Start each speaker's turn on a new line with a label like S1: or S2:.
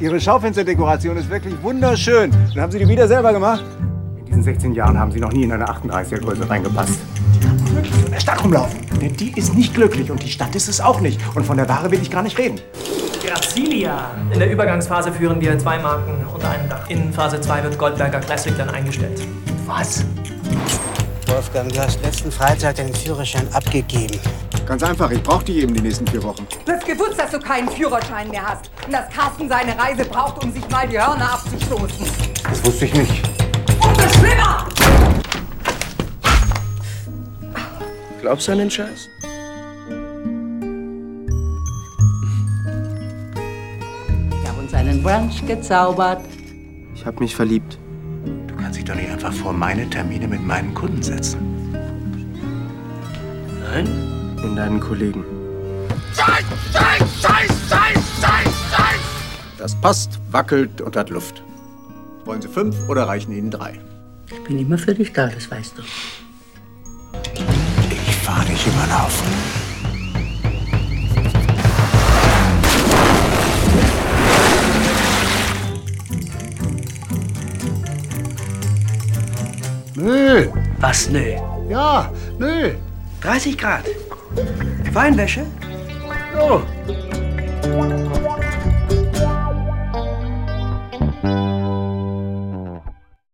S1: Ihre Schaufensterdekoration ist wirklich wunderschön. Und haben Sie die wieder selber gemacht?
S2: In diesen 16 Jahren haben Sie noch nie in eine 38er Größe reingepasst.
S3: In der Stadt rumlaufen. Denn die ist nicht glücklich und die Stadt ist es auch nicht. Und von der Ware will ich gar nicht reden.
S4: Gracilia. In der Übergangsphase führen wir zwei Marken unter einem Dach. In Phase 2 wird Goldberger Classic dann eingestellt.
S3: Was?
S5: Wolfgang, du hast letzten Freitag deinen Führerschein abgegeben.
S1: Ganz einfach, ich brauche die eben die nächsten vier Wochen.
S6: Du hast gewusst, dass du keinen Führerschein mehr hast. Und dass Carsten seine Reise braucht, um sich mal die Hörner abzustoßen.
S2: Das wusste ich nicht.
S6: Umso schlimmer!
S7: Glaubst du an den Scheiß?
S8: Ich habe uns einen Brunch gezaubert.
S7: Ich hab mich verliebt.
S3: Du kannst dich doch nicht einfach vor meine Termine mit meinen Kunden setzen.
S7: Nein? In deinen Kollegen.
S9: Das passt, wackelt und hat Luft.
S2: Wollen Sie fünf oder reichen Ihnen drei?
S8: Ich bin immer für dich da, das weißt du.
S3: Ich fahre dich über den Haufen.
S2: Nö.
S4: Was? Nö.
S2: Ja, nö.
S7: 30 Grad. Weinwäsche?
S2: So.